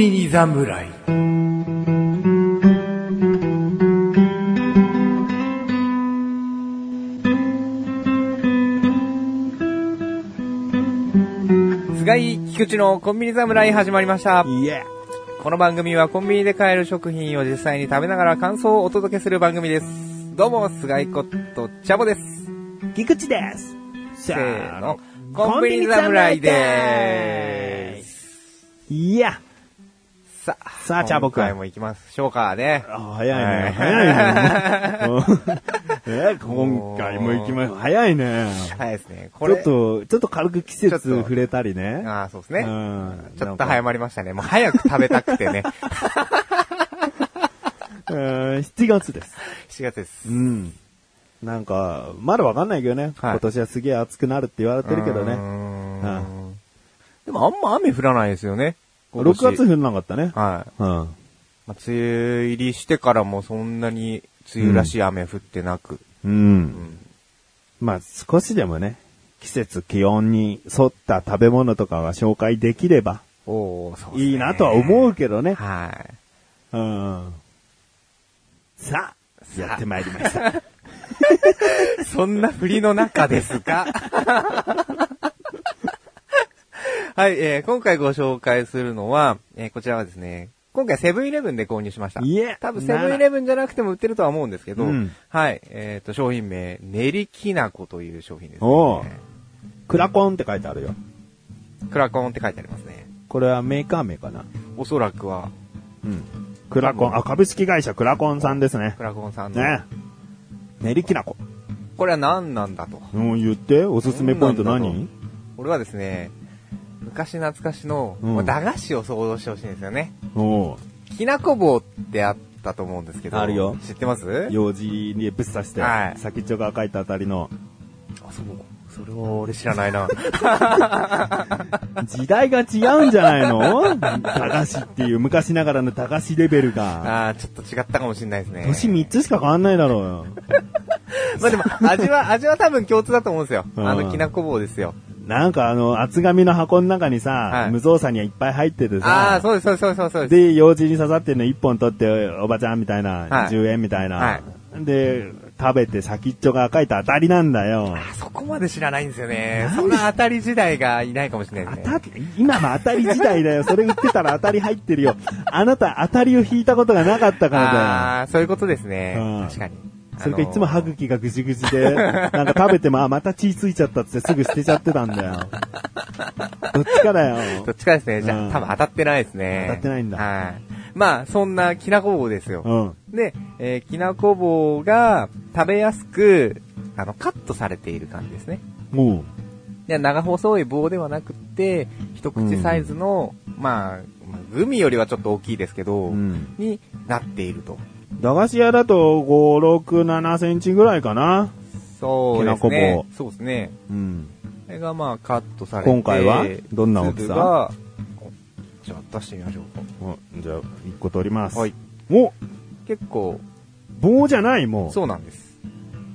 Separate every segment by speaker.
Speaker 1: 侍
Speaker 2: 菅井菊池のコンビニ侍始まりました。
Speaker 3: いえ。
Speaker 2: この番組はコンビニで買える食品を実際に食べながら感想をお届けする番組です。どうも、菅井ことチャボです。
Speaker 3: 菊池です。
Speaker 2: せ
Speaker 3: せ
Speaker 2: ーの、コンビニ侍でーす。
Speaker 3: す。いや。
Speaker 2: さあ、
Speaker 3: さあチャボくん
Speaker 2: 今回も行きましょうかね。
Speaker 3: あ早いね。早いね。 うんえ、今回も行きましょう。早いね。
Speaker 2: はいですね。こ
Speaker 3: ちょ
Speaker 2: れ、
Speaker 3: っと、ちょっと軽く季
Speaker 2: ちょっ
Speaker 3: 節
Speaker 2: と
Speaker 3: 触れたりね。
Speaker 2: ああ、そうです
Speaker 3: う
Speaker 2: ね。
Speaker 3: ん
Speaker 2: ちょっと早まりましたね。もう早く食べたくて ね。
Speaker 3: うん7月です。
Speaker 2: 7月です
Speaker 3: う。ん。なんか、まだわかんないけどね。
Speaker 2: はい
Speaker 3: 今年はすげえ暑くなるって言われてるけど
Speaker 2: うー
Speaker 3: ね。
Speaker 2: ん
Speaker 3: う
Speaker 2: でもあんま雨降らないですよね。今
Speaker 3: 6
Speaker 2: 年
Speaker 3: 月降んなかったね。
Speaker 2: はい。
Speaker 3: うん。
Speaker 2: まあ、梅雨入りしてからもそんなに梅雨らしい雨降ってなく。
Speaker 3: うん。まあ少しでもね、季節、気温に沿った食べ物とかが紹介できれば
Speaker 2: おーそうですね
Speaker 3: いいなとは思うけどね。
Speaker 2: はい。
Speaker 3: うん。さあ、やってまいりました。
Speaker 2: そんな振りの中ですが。 はい、えー今回ご紹介するのは、えーこちらはですね、今回セブンイレブンで購入しました。
Speaker 3: いえ
Speaker 2: 多分セブンイレブンじゃなくても売ってるとは思うんですけど、
Speaker 3: うん
Speaker 2: はい、えっ、と、商品名、練りきなこという商品です、
Speaker 3: おう
Speaker 2: ね。
Speaker 3: クラコンって書いてあるよ。
Speaker 2: クラコンって書いてありますね。
Speaker 3: これはメーカー名かな。
Speaker 2: おそらくは、
Speaker 3: うん。クラコン、あ、株式会社クラコンさんですね
Speaker 2: ク。ラコンさんの、
Speaker 3: ね練りきなこ。
Speaker 2: これは何なんだと。
Speaker 3: うん、言って、おすすめポイント
Speaker 2: なん
Speaker 3: 何
Speaker 2: 俺はですね、昔懐かしの、
Speaker 3: うん
Speaker 2: まあ駄菓子を想像してほしいんですよね。
Speaker 3: おう
Speaker 2: きなこ棒ってあったと思うんですけど。
Speaker 3: あるよ
Speaker 2: 知ってます
Speaker 3: 用事にぶっ刺して、
Speaker 2: はい
Speaker 3: 先っちょが赤いたあたりの、
Speaker 2: あ、そう。それは俺知らない な。
Speaker 3: 時代が違うんじゃないの駄菓子っていう昔ながらの駄菓子レベルが。
Speaker 2: あーちょっと違ったかもしれないですね。
Speaker 3: 年3つしか変わんないだろうよ。
Speaker 2: まあでも、味は、味は多分共通だと思うんですよ。
Speaker 3: うん
Speaker 2: あの、きなこ棒ですよ。
Speaker 3: なんかあの、厚紙の箱の中にさ、
Speaker 2: はい
Speaker 3: 無造作にはいっぱい入ってて
Speaker 2: あ
Speaker 3: さ
Speaker 2: あ、、そうです、そうです、そうですそうです。
Speaker 3: で、用事に刺さってんの1本取って、おばちゃんみたいな、
Speaker 2: はい
Speaker 3: 10円みたいな、
Speaker 2: は
Speaker 3: で、食べて先っちょが赤いと当たりなんだよ。
Speaker 2: あそこまで知らないんですよね。そんな当たり時代がいないかもしれない
Speaker 3: 当
Speaker 2: です
Speaker 3: た
Speaker 2: ね。
Speaker 3: っ今も当たり時代だよ。それ売ってたら当たり入ってるよ。あなた当たりを引いたことがなかったからだよ。
Speaker 2: ああー、そういうことですね
Speaker 3: うん。
Speaker 2: 確かに。
Speaker 3: それかいつも歯茎がぐじぐじで、なんか食べても、あ、また血ついちゃったっつってすぐ捨てちゃってたんだよ。どっちかだ よ
Speaker 2: どっ。ちかですね。じゃあ、
Speaker 3: うん
Speaker 2: 多分当たってないですね。
Speaker 3: 当たってないんだ
Speaker 2: はい。まあ、そんなきなこ棒ですよ。
Speaker 3: うん。
Speaker 2: で、えーきなこ棒が食べやすく、あの、カットされている感じですね。
Speaker 3: も
Speaker 2: で長細い棒ではなくって、一口サイズの、まあ、まあグミよりはちょっと大きいですけど、
Speaker 3: う。うん。
Speaker 2: になっていると。
Speaker 3: 駄菓子屋だと5、6、7センチぐらいかな。
Speaker 2: そうです
Speaker 3: きなこ
Speaker 2: ね。そうですね。
Speaker 3: うん。
Speaker 2: これがまあ、カットされて
Speaker 3: 今回はどんな大き
Speaker 2: 粒
Speaker 3: さ
Speaker 2: がおじゃあ出してみましょう
Speaker 3: おじゃあ、1個取ります。
Speaker 2: か。はい。。
Speaker 3: お
Speaker 2: 結構、
Speaker 3: 棒じゃないもう。
Speaker 2: そうなんです。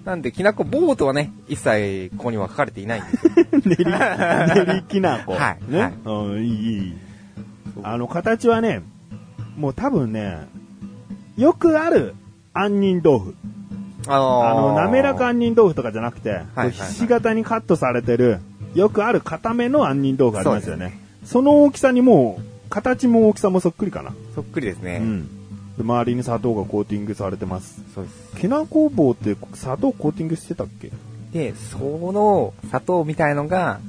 Speaker 2: なんで、きなこ棒とはね、一切ここには書かれていないんですよ。
Speaker 3: 練り、練りきな こ。
Speaker 2: はいは
Speaker 3: ね
Speaker 2: い。
Speaker 3: うん、いい、いい。
Speaker 2: そう
Speaker 3: あの、形はね、もう多分ね、よくある杏仁豆腐。
Speaker 2: あ
Speaker 3: あの、滑らか
Speaker 2: に。
Speaker 3: 杏仁豆腐とかじゃなくて、
Speaker 2: はい
Speaker 3: ひし形にカットされてる、よくある固めの杏仁豆腐ありますよ
Speaker 2: そう
Speaker 3: ね。その大きさにもう、形も大きさもそっくりかな。
Speaker 2: そっくりですね。
Speaker 3: うん。で周りに砂糖がコーティングされてます。
Speaker 2: そうです。
Speaker 3: きなこ棒って砂糖コーティングしてたっけ
Speaker 2: で、その砂糖みたいのが、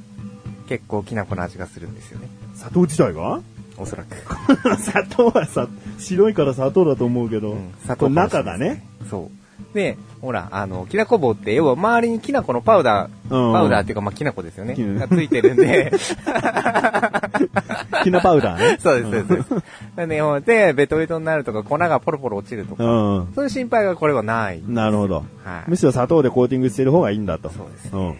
Speaker 2: 結構きなこの味がするんですよね。
Speaker 3: 砂糖自 体が
Speaker 2: おそらく。
Speaker 3: 砂糖はさ、白いから砂糖だと思うけど、
Speaker 2: うん砂
Speaker 3: 砂糖
Speaker 2: 糖
Speaker 3: 中がね。
Speaker 2: そう。で、ほら、あの、きなこ棒って、要は周りにきなこのパウダー、
Speaker 3: うん
Speaker 2: パウダーっていうか、まあ、きなこですよね。
Speaker 3: きな
Speaker 2: がついてるん で、。
Speaker 3: きなパウダーね
Speaker 2: そうです、そうです。そうですなんで、ほんで、ベトベトになるとか、粉がポロポロ落ちるとか、
Speaker 3: うん。
Speaker 2: そういう心配がこれはない。
Speaker 3: なるほど。
Speaker 2: はい
Speaker 3: む。しろ砂糖でコーティングしてる方がいいんだと。
Speaker 2: そうです
Speaker 3: うん。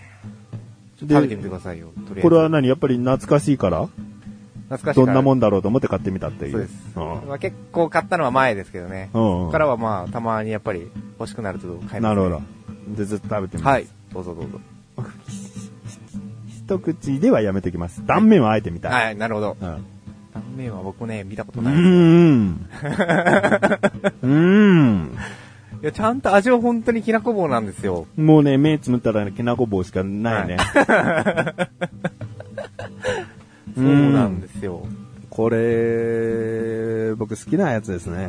Speaker 2: 食べてみてくださいよ、とりあえず。
Speaker 3: これは何やっぱり懐かしいから
Speaker 2: 懐かしい
Speaker 3: どんなも
Speaker 2: ん
Speaker 3: んだろうと思って買ってみたっていう。
Speaker 2: そうです。
Speaker 3: うん
Speaker 2: まあ、結構買ったのは前ですけどね。
Speaker 3: うん
Speaker 2: ここからはまあ、たまにやっぱり欲しくなると買います、ね。
Speaker 3: なるほど。で、ずっと食べてみます。
Speaker 2: はい。どうぞどうぞ。
Speaker 3: 一口ではやめときます。断面はあえてみたい。
Speaker 2: はい、なるほど。
Speaker 3: うん。
Speaker 2: 断面は僕ね、見たこ
Speaker 3: う
Speaker 2: と
Speaker 3: ー
Speaker 2: ない。い
Speaker 3: ん。うー
Speaker 2: や、ちゃんと味は本当にきなこ棒なんですよ。
Speaker 3: ん。もうね、目つむったらきなこ棒しかないね。
Speaker 2: そう
Speaker 3: ーん
Speaker 2: なんですよ。
Speaker 3: これ、僕好きなやつです ね。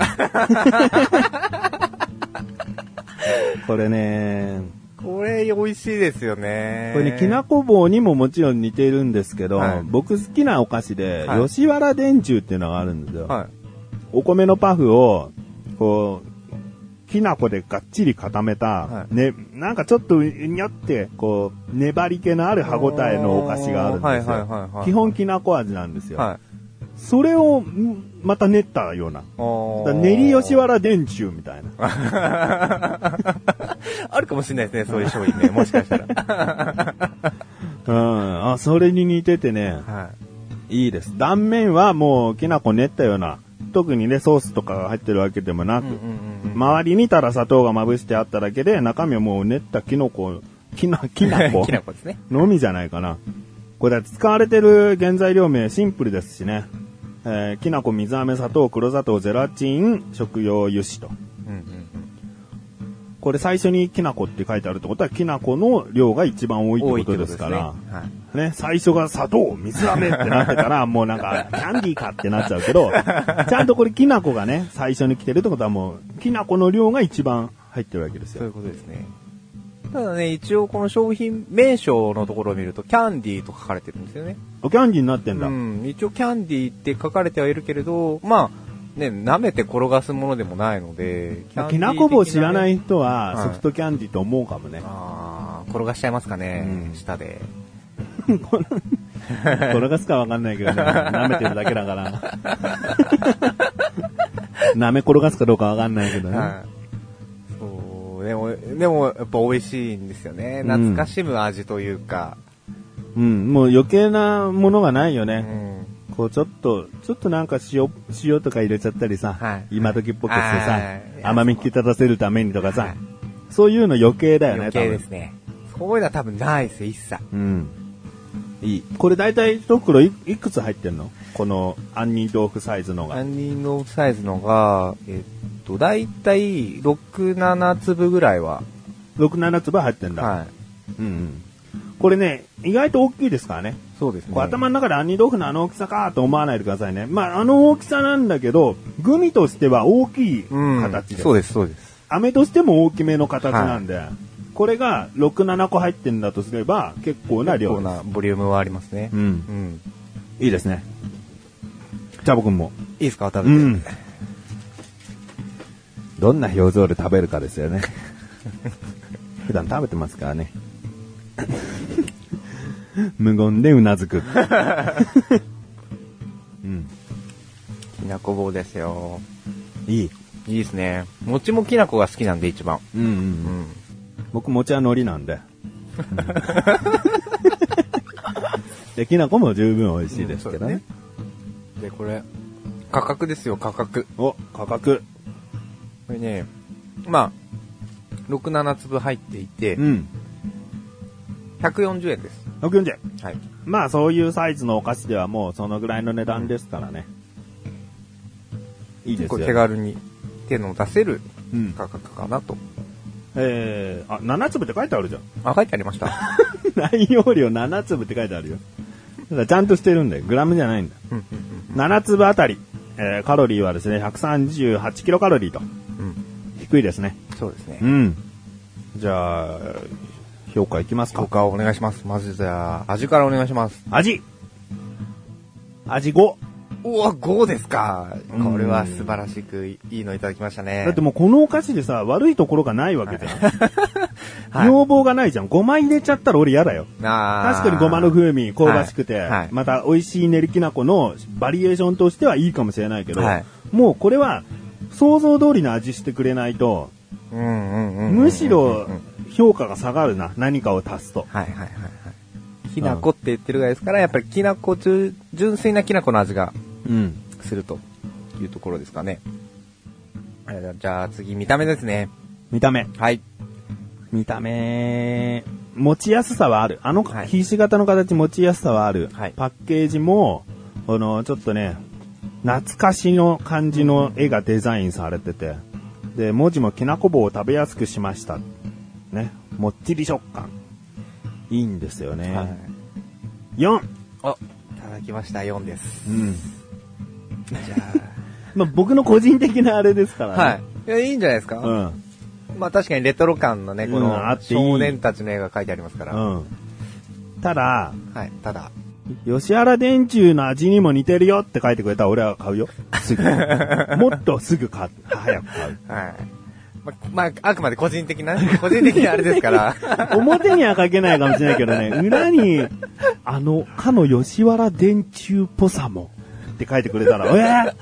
Speaker 3: これね、
Speaker 2: これ、美味しいですよね。
Speaker 3: これね、きなこ棒にももちろん似てるんですけど、
Speaker 2: はい
Speaker 3: 僕好きなお菓子で、
Speaker 2: はい
Speaker 3: 吉原電柱っていうのがあるんですよ。
Speaker 2: は
Speaker 3: お米のパフを、こう、きな粉でがっちり固めた、
Speaker 2: はい
Speaker 3: ね、なんかちょっと、にょって、こう、粘り気のある
Speaker 2: い。
Speaker 3: 歯ごたえのお菓子があるんですよ。
Speaker 2: はいはいはい、はい。
Speaker 3: 基本きなこ味なんですよ。
Speaker 2: はい。
Speaker 3: それを、んまた練ったような。だから練り 吉
Speaker 2: は
Speaker 3: 原電柱みたいな。
Speaker 2: あるかもしれないですね、そういう商品ね。もしかしたら。
Speaker 3: うん。あ、それに似ててね、
Speaker 2: はい
Speaker 3: いです。断面はもうきなこ練ったような。特にね、ソースとかが入ってるわけでもなく、
Speaker 2: い。うんうんうん。
Speaker 3: 周りにただ砂糖がまぶしてあっただけで、中身はもう練ったきのこ、きな、きな こ
Speaker 2: きなこですね。
Speaker 3: のみじゃないかな。これだって使われてる原材料名シンプルですしね。えー、きなこ、水飴、砂糖、黒砂糖、ゼラチン、食用油脂と。
Speaker 2: うんうん
Speaker 3: これ最初にきなこって書いてあるってことは、きなこの量が一番多
Speaker 2: う
Speaker 3: い
Speaker 2: ん。
Speaker 3: って
Speaker 2: 多い
Speaker 3: こ
Speaker 2: ってこと
Speaker 3: とで
Speaker 2: ですす
Speaker 3: か
Speaker 2: からら。。
Speaker 3: ね、最初が砂糖、水飴ってなってたら、もうなんか、キャンディーかってなっちゃうけど、ちゃんとこれ、きな粉がね、最初に来てるってことはもう、きな粉の量が一番入ってるわけです
Speaker 2: そうい
Speaker 3: よ。
Speaker 2: うことですね。ただね、一応この商品名称のところを見ると、キャンディーと書かれてるんですよね。
Speaker 3: おキャンディーになってんだ。
Speaker 2: うん。一応キャンディーって書かれてはいるけれど、まあ、ね、舐めて転がすものでもないので、。
Speaker 3: まあきなこ棒知らないい人
Speaker 2: は
Speaker 3: は、
Speaker 2: い
Speaker 3: ソフトキャンディーと思うかもね。
Speaker 2: あー転がしちゃいますかね、
Speaker 3: うん
Speaker 2: 下で。
Speaker 3: 転がすかわかんないけどね、舐めてるだけだから。舐め転がすかどうかわかんないけどね。
Speaker 2: はい。そう、でも、でもやっぱ美味しいんですよね。懐かしむ味というか。
Speaker 3: うん、もう余計なものがないよ
Speaker 2: う
Speaker 3: ね。
Speaker 2: ん。
Speaker 3: こうちょっと、ちょっとなんか塩、塩とか入れちゃったりさ、
Speaker 2: はい
Speaker 3: 今時っぽくして
Speaker 2: は
Speaker 3: さ
Speaker 2: い、
Speaker 3: 甘み引き立たせるためにとかさ、
Speaker 2: はい
Speaker 3: そういうの余計だよね、
Speaker 2: 余計ですね。そういうのは多分ないですよ、一切。
Speaker 3: 多分。うん。いい。これ大体一袋いいくつ入ってんのこの杏仁豆腐サイズのが。
Speaker 2: 杏仁のサイズのが、えっと、だいたい6、7粒ぐらいは。
Speaker 3: 6、7粒入ってんだ。
Speaker 2: はい。
Speaker 3: うんうん。これね、意外と大きいですからね。
Speaker 2: そうですね。
Speaker 3: こう頭の中で杏仁豆腐のあの大きさかと思わないでくださいね。まあ、あの大きさなんだけど、グミとしては大きい
Speaker 2: うん、
Speaker 3: 形です。
Speaker 2: そうです、そうです。
Speaker 3: 飴としても大きめの形なんで、これが6、7個入ってんだとすれば、結構な量
Speaker 2: 結構
Speaker 3: です。
Speaker 2: なボリュームはありますね。
Speaker 3: う。
Speaker 2: うんん。
Speaker 3: いいですね。チャボくんも。
Speaker 2: いいですか、食べ
Speaker 3: う
Speaker 2: て。
Speaker 3: ん。どんな表情で食べるかですよね。 普段食べてますからね。無言でうなずく。 うん。
Speaker 2: きなこ棒ですよ。
Speaker 3: いい。
Speaker 2: いいですね。餅もきなこが好きなんで、一番。
Speaker 3: うんうん
Speaker 2: う
Speaker 3: うん。
Speaker 2: ん。
Speaker 3: 僕餅は海苔なん で。で、きなこも十分美味しいですけどね。
Speaker 2: うんで、これ、価格ですよ、価格。
Speaker 3: お、価格。
Speaker 2: これね、まあ、6、7粒入っていて
Speaker 3: う、ん。
Speaker 2: 140円です。
Speaker 3: 140。
Speaker 2: はい。
Speaker 3: まあそういうサイズのお菓子ではもうそのぐらいの値段ですからね。いいで
Speaker 2: 結
Speaker 3: すよ、
Speaker 2: 構
Speaker 3: ね。
Speaker 2: 手軽に手の出せる
Speaker 3: うん。
Speaker 2: 価格かなと。
Speaker 3: えー、あ、7粒って書いてあるじゃん。
Speaker 2: あ、書いてありました。
Speaker 3: 内容量7粒って書いてあるよ。ただちゃんとしてるんだよ。グラムじゃないんだ。
Speaker 2: うん
Speaker 3: 7粒あたり、えー、カロリーはですね、138キロカロリーと。
Speaker 2: うんうん、
Speaker 3: 低いですね。
Speaker 2: そうですね
Speaker 3: う。ん。じゃあ、評価いきますか。
Speaker 2: 他をお願いします。まずじゃあ、味からお願いします。
Speaker 3: 味味5。
Speaker 2: うわ、5ですか。
Speaker 3: うん
Speaker 2: これは素晴らしくいいのいただきましたね。
Speaker 3: だってもうこのお菓子でさ、悪いところがないわけじゃん。
Speaker 2: はい
Speaker 3: 要望がないじゃん。ごま入れちゃったら俺嫌だよ。
Speaker 2: あー
Speaker 3: 確かにごまの風味、香ばしくて、
Speaker 2: はいはい
Speaker 3: また美味しい練りきな粉のバリエーションとしてはいいかもしれないけど、
Speaker 2: はい
Speaker 3: もうこれは想像通りの味してくれないと、
Speaker 2: うんうんうんうん
Speaker 3: むしろ
Speaker 2: うんうん
Speaker 3: 評価が下がるな、何かを足すと。
Speaker 2: はいはいはいはい。きなこって言ってるぐらいですから、やっぱりきなこ純、純粋なきなこの味が
Speaker 3: うん。
Speaker 2: するというところですかね。えーじゃあ次、見た目ですね。
Speaker 3: 見た目。
Speaker 2: はい。
Speaker 3: 見た目、持ちやすさはある。あの、
Speaker 2: はい
Speaker 3: ひし形の形持ちやすさはある。
Speaker 2: はい
Speaker 3: パッケージも、この、ちょっとね、懐かしの感じの絵がデザインされてて、で、文字もきなこ棒を食べやすくしました。ね。もっちり食感。いいんですよね。
Speaker 2: はい。
Speaker 3: 4!
Speaker 2: あ、いただきました、4です。
Speaker 3: うん。
Speaker 2: じゃ
Speaker 3: まあ、僕の個人的なあれですから
Speaker 2: あ。
Speaker 3: ね。
Speaker 2: はい。いや、いいんじゃないですか、
Speaker 3: うん。
Speaker 2: まあ確かにレトロ感のね、こ
Speaker 3: うんあっ
Speaker 2: の
Speaker 3: ていい
Speaker 2: 少年たちの絵が書いてありますから。
Speaker 3: うん。ただ、
Speaker 2: はい、ただ。
Speaker 3: 吉原電柱の味にも似てるよって書いてくれたら俺は買うよ。 すぐ。もっとすぐ買う。早く買う。
Speaker 2: はい。ま、まあ、あくまで個人的な、個人的なあれですから。
Speaker 3: 表には書けないかもしれないけどね、裏に、あの、かの吉原電柱っぽさも、って書いてくれたら、え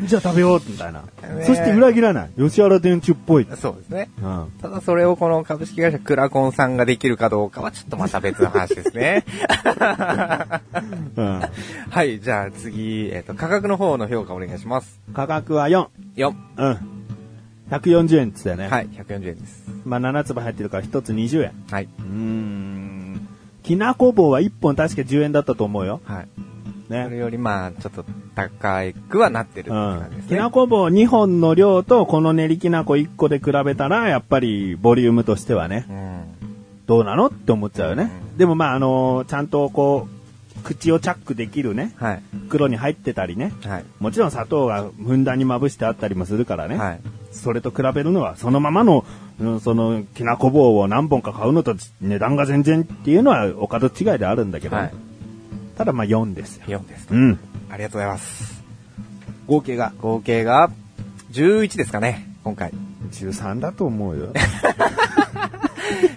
Speaker 3: ー、じゃあ食べようみたいな。
Speaker 2: ね
Speaker 3: そして裏切らない。吉原電柱っぽい。
Speaker 2: そうですね。
Speaker 3: うん。
Speaker 2: ただそれをこの株式会社クラコンさんができるかどうかはちょっとまた別の話ですね。
Speaker 3: うん。
Speaker 2: はい、じゃあ次、えっ、と、価格の方の評価お願いします。
Speaker 3: 価格は4。
Speaker 2: 4。
Speaker 3: うん。140円っつったよね。
Speaker 2: はい、140円です。
Speaker 3: まあ7粒入ってるから1つ20円。
Speaker 2: はい。
Speaker 3: うーん。きなこ棒は1本確か10円だったと思うよ。
Speaker 2: はい。それ
Speaker 3: ね。
Speaker 2: よりまあ、ちょっと高くはなってるって
Speaker 3: う
Speaker 2: 感じで
Speaker 3: ん。
Speaker 2: す
Speaker 3: き
Speaker 2: ね。
Speaker 3: なこ棒2本の量とこの練りきなこ1個で比べたら、やっぱりボリュームとしてはね。
Speaker 2: うん。
Speaker 3: どうなのって思っちゃうよね。でもまあ、あのーちゃんとこう、口をチャックできるね、
Speaker 2: はい。
Speaker 3: 袋に入ってたりね。
Speaker 2: はい。
Speaker 3: もちろん砂糖がふんだんにまぶしてあったりもするからね。
Speaker 2: はい。
Speaker 3: それと比べるのは、そのままの、うんその、きなこ棒を何本か買うのと値段が全然っていうのは、お門違いであるんだけどね、
Speaker 2: はい
Speaker 3: ただまあ4ですよ。
Speaker 2: 4です、
Speaker 3: うん。
Speaker 2: ありがとうございます。
Speaker 3: 合計が
Speaker 2: 合計が11ですかね、今回。
Speaker 3: 13だと思 うよ。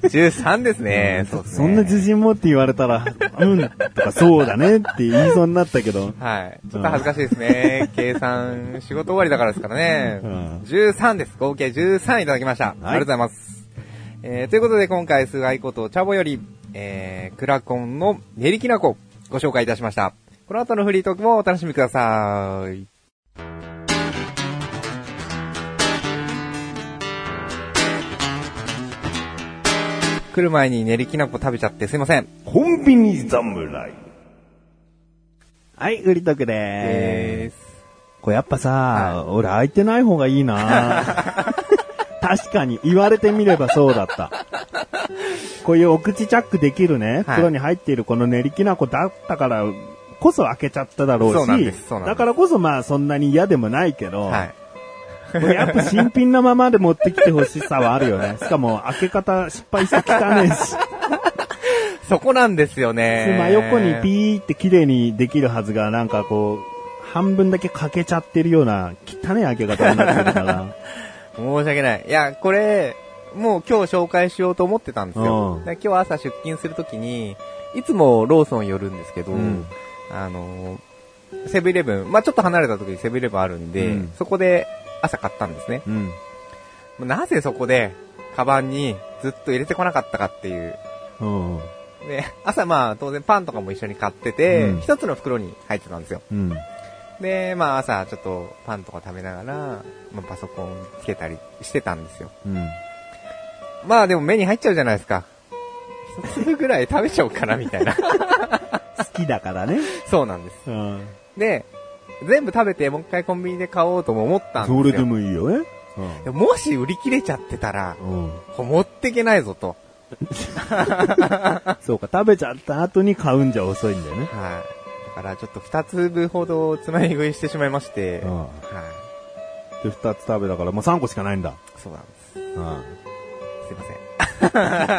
Speaker 2: 13ですね、そうですね。
Speaker 3: そんな自信持って言われた ら、うん、とかそうだねって言いそうになったけど。
Speaker 2: はい。ちょっと恥ずかしいです ね。計算、仕事終わりだからですからね。
Speaker 3: うん
Speaker 2: 13です。合計13いただきました。ありがとうございます。えー、ということで今回、菅井ことチャボより、えー、クラコンの練りきなこ、ご紹介いたしました。この後のフリートークもお楽しみください。来る前に練りきなこ食べちゃってすいません。
Speaker 3: コンビニ侍。はい、売りとくでーす。
Speaker 2: えー
Speaker 3: これやっぱさ、俺開いてない方がい いな確かに、言われてみればそうだった。こういうお口チャックできるね、
Speaker 2: はい
Speaker 3: 袋に入っているこの練りきな粉だったから、こそ開けちゃっただろ
Speaker 2: そう
Speaker 3: う
Speaker 2: なん
Speaker 3: し
Speaker 2: です、そうなんです
Speaker 3: だからこそまあそんなに嫌でもないけど、
Speaker 2: はい。
Speaker 3: これやっぱ新品なままで持ってきてほしさはあるよね。しかも開け方失敗して汚ね えし。
Speaker 2: そこなんですよね。
Speaker 3: 真横にピーって綺麗にできるはずが、なんかこう、半分だけ欠けちゃってるような、汚い開け方になってるから。
Speaker 2: 申し訳ない。いや、これ、もう今日紹介しようと思ってたんですよ
Speaker 3: う。ん
Speaker 2: で今日朝出勤するときに、いつもローソン寄るんですけど、
Speaker 3: うん
Speaker 2: あの、セブンイレブン、まあちょっと離れたときにセブンイレブンあるんで、
Speaker 3: うん
Speaker 2: そこで朝買ったんですね。
Speaker 3: うん。
Speaker 2: なぜそこで、カバンにずっと入れてこなかったかっていう。
Speaker 3: うん。
Speaker 2: で、朝まあ当然パンとかも一緒に買ってて
Speaker 3: うん、
Speaker 2: 一、つの袋に入ってたんですよ。
Speaker 3: うん。
Speaker 2: で、まあ朝ちょっとパンとか食べながら、まあパソコンつけたりしてたんですよ。
Speaker 3: うん。
Speaker 2: まあでも目に入っちゃうじゃないですか。一粒ぐらい食べちゃおうかな、み たいな。
Speaker 3: 好きだからね。
Speaker 2: そうなんです。
Speaker 3: うん。
Speaker 2: で、全部食べてもう一回コンビニで買おうとも思ったんですよ。
Speaker 3: それでもいいよね。
Speaker 2: でももし売り切れちゃってたら、
Speaker 3: うん。うん。
Speaker 2: 持ってけないぞと。
Speaker 3: そうか、食べちゃった後に買うんじゃ遅いんだよね。
Speaker 2: はい。だからちょっと二粒ほどつまみ食いしてしまいまして、
Speaker 3: うん
Speaker 2: はい。
Speaker 3: で、二つ食べたから、もう三個しかないんだ。
Speaker 2: そうなんです。すいま
Speaker 3: うん。
Speaker 2: せん。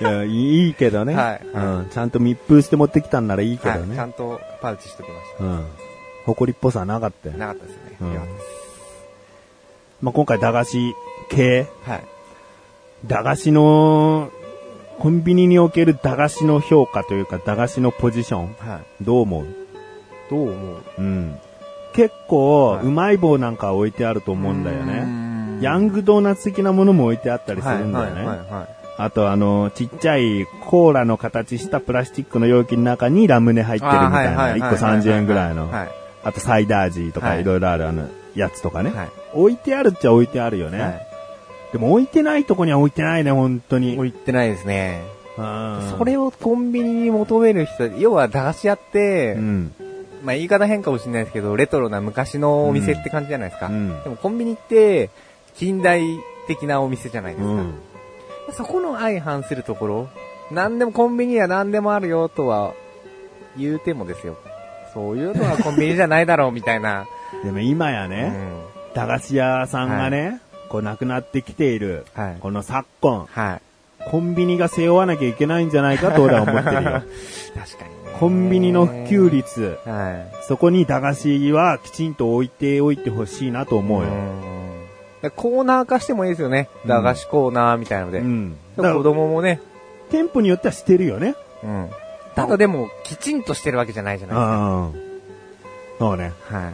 Speaker 3: いや、いいけどね。
Speaker 2: はい
Speaker 3: うん。ちゃんと密封して持ってきたんならいいけど
Speaker 2: はい。
Speaker 3: ね。
Speaker 2: ちゃんとパウチしときまし
Speaker 3: うん。誇りっぽさなかったよ
Speaker 2: た。。なかったですね。
Speaker 3: うん
Speaker 2: よかったです
Speaker 3: まあ、今回駄菓子系
Speaker 2: はい。
Speaker 3: 駄菓子の、コンビニにおける駄菓子の評価というか、駄菓子のポジション、
Speaker 2: はい。
Speaker 3: どう思う
Speaker 2: どう思う
Speaker 3: うん。結構、
Speaker 2: はいう
Speaker 3: まい棒なんか置いてあると思うんだよね。
Speaker 2: ね
Speaker 3: ヤングドーナツ的なものも置いてあったりするんだよ
Speaker 2: はいはい
Speaker 3: ね。
Speaker 2: はい、はい。
Speaker 3: あと、あの、ちっちゃいコーラの形したプラスチックの容器の中にラムネ入ってるみたい
Speaker 2: あーは
Speaker 3: な。
Speaker 2: いはいはい
Speaker 3: 1個30円ぐらいの。
Speaker 2: はい。
Speaker 3: あと、サイダー味と
Speaker 2: は
Speaker 3: か
Speaker 2: い
Speaker 3: いろいろあるあの、やつとかね。
Speaker 2: はい。
Speaker 3: 置いてあるっちゃ置いてあるよね。
Speaker 2: はい
Speaker 3: でも置いてないとこには置いてないね、本当に。
Speaker 2: もう行ってないですね。
Speaker 3: そ
Speaker 2: それをコンビニに求める人、要は駄菓子屋って、
Speaker 3: うん。
Speaker 2: まあ言い方変かもしれないですけど、レトロな昔のお店って感じじゃないですか。
Speaker 3: うん
Speaker 2: でもコンビニって、近代的なお店じゃないです
Speaker 3: う
Speaker 2: か。
Speaker 3: ん。
Speaker 2: そこの相反するところ、何でもコンビニは何でもあるよとは言うてもですよ。そういうのはコンビニじゃないだろうみたい な。
Speaker 3: でも今や
Speaker 2: う
Speaker 3: ね、
Speaker 2: ん、
Speaker 3: 駄菓子屋さんがね、こうなくなってきている、
Speaker 2: はい
Speaker 3: この昨今、
Speaker 2: はい。
Speaker 3: コンビニが背負わなきゃいけないんじゃないかと俺は思ってる よ。
Speaker 2: 確かにね。
Speaker 3: コンビニの普及。率、
Speaker 2: はい。
Speaker 3: そこに駄菓子はきちんと置いておいてほしいなと思うよ。
Speaker 2: んだからコーナー化してもいいですよね。
Speaker 3: うん
Speaker 2: 駄菓子コーナーみたいの
Speaker 3: う
Speaker 2: で。
Speaker 3: ん。だか
Speaker 2: 子
Speaker 3: ら
Speaker 2: 供もね。
Speaker 3: 店舗によってはしてるよね。
Speaker 2: うん。ただでも、きちんとしてるわけじゃないじゃ
Speaker 3: う
Speaker 2: ないですか。
Speaker 3: ん。そうね。
Speaker 2: はい。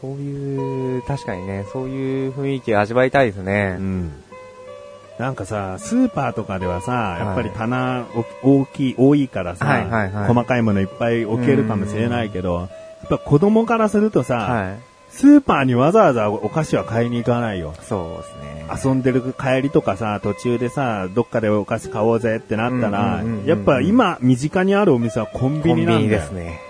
Speaker 2: そういう、確かにね、そういう雰囲気を味わいたいですね
Speaker 3: う。ん。なんかさ、スーパーとかではさ、
Speaker 2: い
Speaker 3: やっぱり棚お大きい、多いからさ、
Speaker 2: はいはいはい
Speaker 3: 細かいものいっぱい置けるかもしれないけど、やっぱ子供からするとさ、
Speaker 2: は
Speaker 3: スーパーにわざわざお菓子は買いに行かないよ。
Speaker 2: い。そうですね。
Speaker 3: 遊んでる帰りとかさ、途中でさ、どっかでお菓子買おうぜってなった
Speaker 2: うん
Speaker 3: ら、
Speaker 2: うんうんうん
Speaker 3: やっぱ今、身近にあるお店はコンビ
Speaker 2: コン
Speaker 3: ニ
Speaker 2: ビ
Speaker 3: なん
Speaker 2: ニ
Speaker 3: だよ。
Speaker 2: ですね。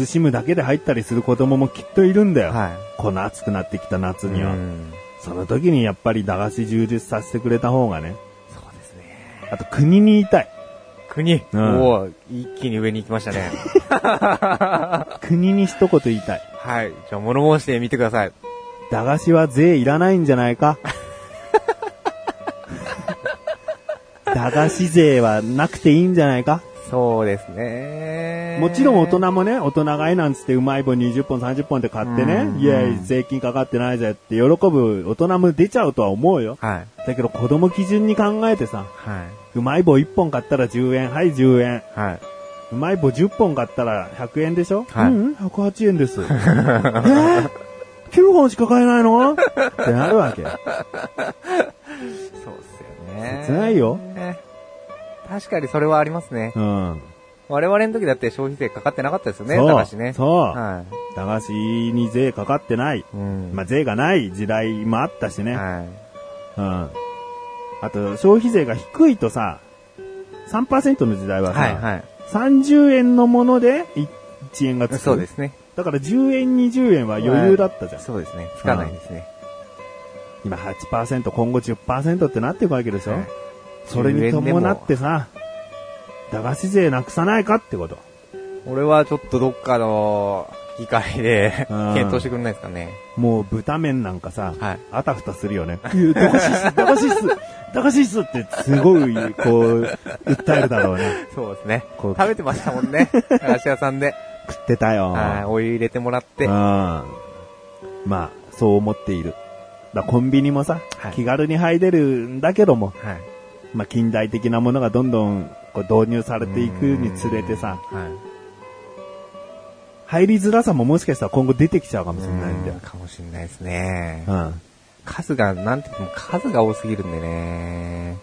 Speaker 3: 涼しむだけで入ったりする子供もきっといるんだよ。
Speaker 2: は
Speaker 3: この暑くなってきた夏
Speaker 2: い。
Speaker 3: には。
Speaker 2: うん
Speaker 3: その時にやっぱり駄菓子充実させてくれた方がね。
Speaker 2: そうですね。
Speaker 3: あと国にいたい。
Speaker 2: 国、
Speaker 3: うん
Speaker 2: おお一気に上に行きましたね。
Speaker 3: 国に一言言いたい。
Speaker 2: はい。じゃあ物申してみてください。
Speaker 3: 駄菓子は税いらないんじゃな いか駄菓子税はなくていいんじゃないか
Speaker 2: そうですね。
Speaker 3: もちろん大人もね、大人買いなんつってうまい棒20本30本で買ってね
Speaker 2: う、ん
Speaker 3: イェイ、税金かかってないぜって喜ぶ大人も出ちゃうとは思うよ。
Speaker 2: はい。
Speaker 3: だけど子供基準に考えてさ、
Speaker 2: は
Speaker 3: うまい棒1本買ったら10円、はい10円。
Speaker 2: い。はい。
Speaker 3: うまい棒10本買ったら100円でしょ、
Speaker 2: はい
Speaker 3: うん、108円 です。えー、9本しか買えないのってなるわけ。
Speaker 2: そうですよね。
Speaker 3: 切ないよ
Speaker 2: ね。確かにそれはありますね。
Speaker 3: うん。
Speaker 2: 我々の時だって消費税かかってなかったですよね、
Speaker 3: そう
Speaker 2: 高橋ね。
Speaker 3: そう
Speaker 2: は
Speaker 3: 駄菓子に税かかってない。
Speaker 2: い。うん。
Speaker 3: まあ、税がない時代もあったしね。
Speaker 2: はい。
Speaker 3: うん。あと、消費税が低いとさ、3%の時代はさ、
Speaker 2: はい、は
Speaker 3: 30円のものでい1円が
Speaker 2: い。
Speaker 3: つく。
Speaker 2: そうですね。
Speaker 3: だから10円、20円は余裕だったじゃん。
Speaker 2: そうですね。つかないですね。
Speaker 3: 今8%、今後10%ってなっていくわけでしょ、
Speaker 2: はい
Speaker 3: それに伴ってさ、駄菓子税なくさないかってこと。
Speaker 2: 俺はちょっとどっかの議会で
Speaker 3: うん
Speaker 2: 検討してくれないですかね。
Speaker 3: もう豚麺なんかさ、
Speaker 2: はい
Speaker 3: あたふたするよね。いや駄菓子 室、駄菓子室、駄菓子室ってすごい、こう、訴えるだろうね。
Speaker 2: そうですね。
Speaker 3: こう
Speaker 2: 食べてましたもん ね。駄菓子屋さんで。
Speaker 3: 食ってたよ。
Speaker 2: はい。お湯入れてもらっ
Speaker 3: う
Speaker 2: て。
Speaker 3: ん。
Speaker 2: は
Speaker 3: まあ、そう思っている。だコンビニもさ、
Speaker 2: はい
Speaker 3: 気軽に入れるんだけども、
Speaker 2: い。
Speaker 3: まあ近代的なものがどんどんこう導入されていくにつれてさ、
Speaker 2: はい。
Speaker 3: 入りづらさももしかしたら今後出てきちゃうかもしれないんだよ
Speaker 2: うん。かもしれないですね
Speaker 3: う。ん。
Speaker 2: 数が、なんて言っても数が多すぎるんでね。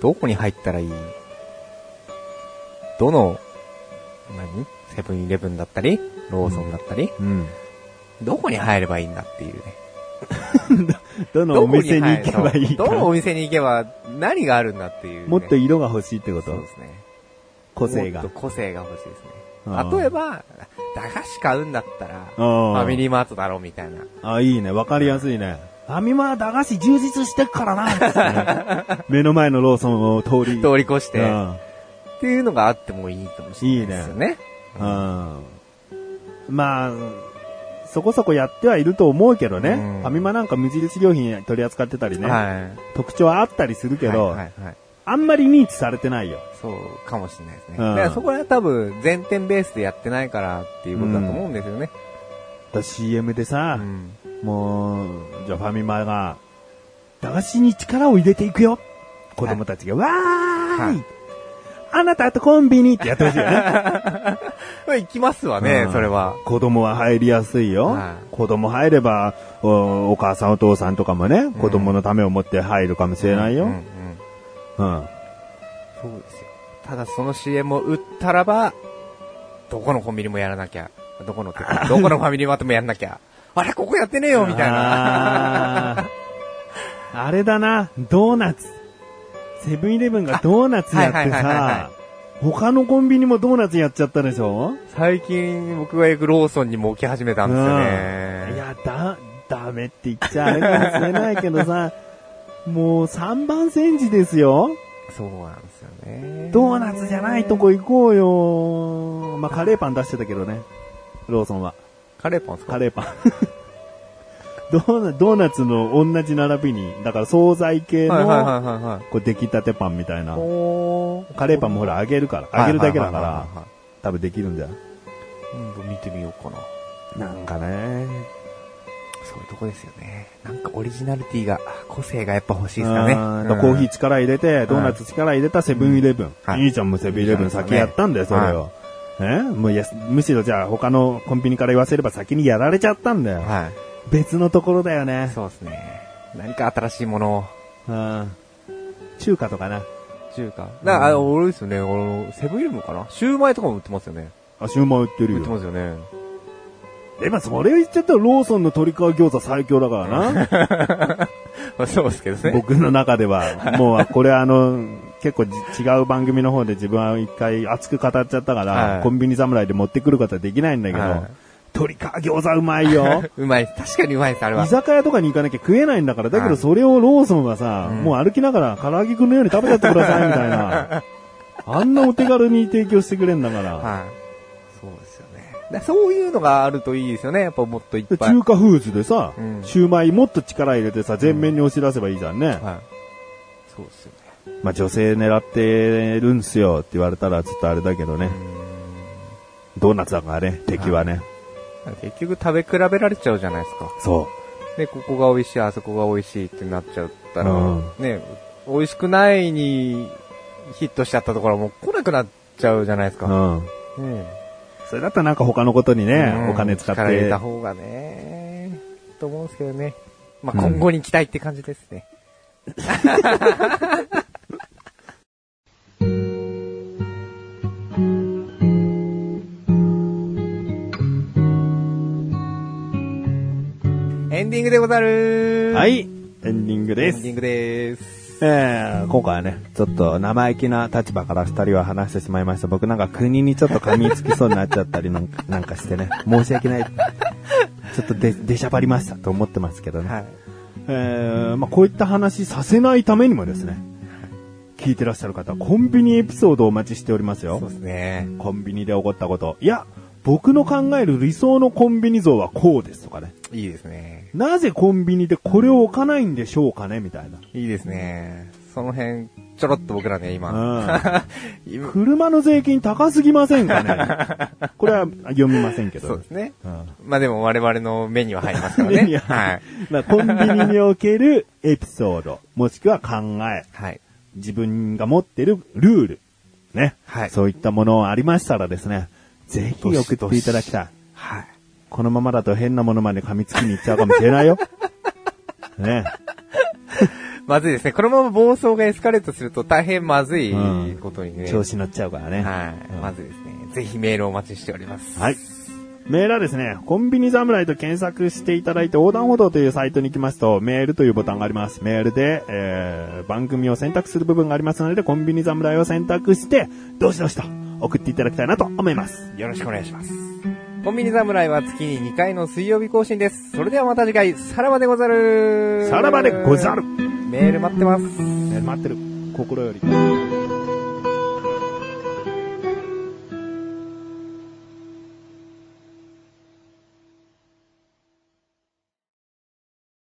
Speaker 2: どこに入ったらいいどの、何セブンイレブンだったり、ローソンだったり、
Speaker 3: うん。
Speaker 2: どこに入ればいいんだっていうね。
Speaker 3: どの
Speaker 2: ど
Speaker 3: お
Speaker 2: こに
Speaker 3: 店に
Speaker 2: 入
Speaker 3: 行けばいい
Speaker 2: そうどの
Speaker 3: か。
Speaker 2: お店に行けば何があるんだっていうね、
Speaker 3: もっと色が欲しいってこ
Speaker 2: そう
Speaker 3: と
Speaker 2: ですね。
Speaker 3: 個性が
Speaker 2: もっ。と個性が欲しいですね。
Speaker 3: うん
Speaker 2: 例えば、駄菓子買うんだったら、
Speaker 3: う
Speaker 2: フ
Speaker 3: ん
Speaker 2: ァミリーマートだろうみたいな。
Speaker 3: あ、いいね。わかりやすいね。ファミマは駄菓子充実してっからな、 つってね目の前のローソンを通り。
Speaker 2: 通り越して、
Speaker 3: う
Speaker 2: っ
Speaker 3: ん
Speaker 2: ていうのがあってもいいかもしれないですよね。
Speaker 3: うん。まあ、そこそこやってはいると思うけどね。
Speaker 2: うん
Speaker 3: ファミマなんか無印良品取り扱ってたりね。
Speaker 2: はい。
Speaker 3: 特徴はあったりするけど、
Speaker 2: はいはいはい
Speaker 3: あんまり認知されてないよ。
Speaker 2: そうかもしれないですね。
Speaker 3: うん
Speaker 2: だからそこは多分、前点ベースでやってないからっていうことだと思うんですよね。
Speaker 3: だから CM で
Speaker 2: う
Speaker 3: さ、
Speaker 2: ん。
Speaker 3: もう、じゃあファミマが、駄菓子に力を入れていくよ子供たちが、わーい、
Speaker 2: はい
Speaker 3: あなたとコンビニってやってほしいよね。
Speaker 2: まあ行きますわね
Speaker 3: う、ん
Speaker 2: それは。
Speaker 3: 子供は入りやすいよ。
Speaker 2: はい
Speaker 3: 子供入ればお、お母さんお父さんとかもね、子供のためを持って入るかもしれないよ。
Speaker 2: う
Speaker 3: うん。
Speaker 2: うんんそうですよ。ただその CM を売ったらば、どこのコンビニもやらなきゃ、どこの、どこのファミリーマートもやんなきゃ、あれここやってねえよみたいな。
Speaker 3: あー。 あれだな、ドーナツ。セブンイレブンがドーナツやって
Speaker 2: あはいはいはいはい
Speaker 3: さ
Speaker 2: は、
Speaker 3: 他のコンビニもドーナツやっちゃったでしょ
Speaker 2: 最近僕が行くローソンにも置き始めたんですよ
Speaker 3: うんい
Speaker 2: ね。
Speaker 3: や、だ、ダメって言っちゃあれかもしれないけどさ、もう3番煎じですよ。
Speaker 2: そうなんですよね。
Speaker 3: ドーナツじゃないとこ行こうよ。まあ、カレーパン出してたけどね。ローソンは。
Speaker 2: カレーパンですか
Speaker 3: カレー パン。ドーナドーナツの同じ並びに、だから惣菜系
Speaker 2: はいはいは
Speaker 3: の、
Speaker 2: いはいはい。
Speaker 3: こう出来たてパンみたいな。
Speaker 2: お
Speaker 3: カレーパンもほら揚げるから、揚げるだけだから、
Speaker 2: ら。
Speaker 3: 多分できるんじゃん。
Speaker 2: うん見てみようかな。
Speaker 3: なんかね。
Speaker 2: そういうとこですよね。なんかオリジナリティが、個性がやっぱ欲しいですかね。
Speaker 3: あーだからコーヒー力入れて、ドーナツ力入れたセブンイレブン。
Speaker 2: はい
Speaker 3: いいじゃん、もうセブンイレブン先やったんだよ、それを。えもういやむしろじゃあ他のコンビニから言わせれば先にやられちゃったんだよ。
Speaker 2: ーは
Speaker 3: 別のところだよ
Speaker 2: い。
Speaker 3: ね。
Speaker 2: そうですね。何か新しいものを。
Speaker 3: うん中華とかな。
Speaker 2: 中華。だから、あの、俺ですよね、あの、セブンイレブンかなシューマイとかも売ってますよね。
Speaker 3: あ、シューマイ売ってる
Speaker 2: 売ってま
Speaker 3: よ。
Speaker 2: すよね。
Speaker 3: でもそれ言っちゃったらローソンの鶏皮餃子最強だからな。
Speaker 2: まあそうですけどね。
Speaker 3: 僕の中 では。もう、これあの、結構じ違う番組の方で自分は一回熱く語っちゃったから、
Speaker 2: はい
Speaker 3: コンビニ侍で持ってくることはできないんだけど、
Speaker 2: はい
Speaker 3: 鶏皮餃子う まいよ。
Speaker 2: うまい。確かにうまいです、あれは
Speaker 3: 居。酒屋とかに行かなきゃ食えないんだから、だけ
Speaker 2: は
Speaker 3: ど
Speaker 2: い
Speaker 3: それをローソンはさ、
Speaker 2: うん
Speaker 3: もう歩きながら唐揚げくんのように食べちゃってくださいみた いな。あんなお手軽に提供してくれんだから。
Speaker 2: はい。そうですよね。だそういうのがあるといいですよね。やっぱもっといっ
Speaker 3: で
Speaker 2: ぱい。
Speaker 3: 中華フーズでさ、
Speaker 2: うん
Speaker 3: シューマイもっと力入れてさ、全面に押し出せばいいじゃんね。
Speaker 2: はい。そうですよね。
Speaker 3: まあ女性狙ってるんすよって言われたらちょっとあれだけどね。ドーナツだからね、敵はね。
Speaker 2: 結局食べ比べられちゃうじゃないですか。
Speaker 3: そ
Speaker 2: で、ここが美味しい、あそこが美味しいってなっちゃったら、
Speaker 3: うん
Speaker 2: ね、美味しくないにヒットしちゃったところはもう来なくなっちゃうじゃないです
Speaker 3: う。
Speaker 2: か。
Speaker 3: うん。
Speaker 2: ね
Speaker 3: それだったらなんか他のことにね、
Speaker 2: うん
Speaker 3: お金使っ
Speaker 2: 力入れ
Speaker 3: て
Speaker 2: た。方がね、と思うんですけどね。まあ、
Speaker 3: うん
Speaker 2: 今後に期待って感じですね。 エンディングでござる
Speaker 3: はい、エンディング
Speaker 2: エ
Speaker 3: で
Speaker 2: ン
Speaker 3: す
Speaker 2: ディ。ングです。
Speaker 3: えー、今回はね、ちょっと生意気な立場から二人は話してしまいました。僕なんか国にちょっと噛みつきそうになっちゃったりなん かなんかしてね、申し訳ない。ちょっとで、出しゃばりましたと思ってますけどね。
Speaker 2: はい。
Speaker 3: えー、まあこういった話させないためにもですね、聞いてらっしゃる方、コンビニエピソードをお待ちしております
Speaker 2: そう
Speaker 3: よ
Speaker 2: で。すね。
Speaker 3: コンビニで起こったこと。いや、僕の考える理想のコンビニ像はこうですとかね。
Speaker 2: いいですね。
Speaker 3: なぜコンビニでこれを置かないんでしょうかねみたいな。
Speaker 2: いいですね。その辺、ちょろっと僕らね、今。 今
Speaker 3: 車の税金高すぎませんかねこれは読みませんけど。
Speaker 2: そうですね。
Speaker 3: うん
Speaker 2: まあでも我々の目には入りますから
Speaker 3: 目に
Speaker 2: ね。
Speaker 3: は
Speaker 2: はい。
Speaker 3: まあ、コンビニにおけるエピソード、もしくは考え、
Speaker 2: はい。
Speaker 3: 自分が持ってるルール、ね。
Speaker 2: はい
Speaker 3: そういったものありましたらですね、ぜひ送っていただきたい。
Speaker 2: はい。
Speaker 3: このままだと変なものまで噛みつきに行っちゃうかもしれな いよ。ね。
Speaker 2: まずいですね。このまま暴走がエスカレートすると大変まずい
Speaker 3: うん
Speaker 2: ことにね。
Speaker 3: 調子乗っちゃうからね。
Speaker 2: はい。まずいですね。ぜひメールをお待ちしております。
Speaker 3: はい。メールはですね、コンビニ侍と検索していただいて横断歩道というサイトに行きますと、メールというボタンがあります。メールで、えー、番組を選択する部分がありますので、コンビニ侍を選択して、どしどしと送っていただきたいなと思います。
Speaker 2: よろしくお願いします。コンビニ侍は月に2回の水曜日更新です。それではまた次回、さらばでござる
Speaker 3: さらばでござる。
Speaker 2: メール待ってます。
Speaker 3: メール待ってる。心より。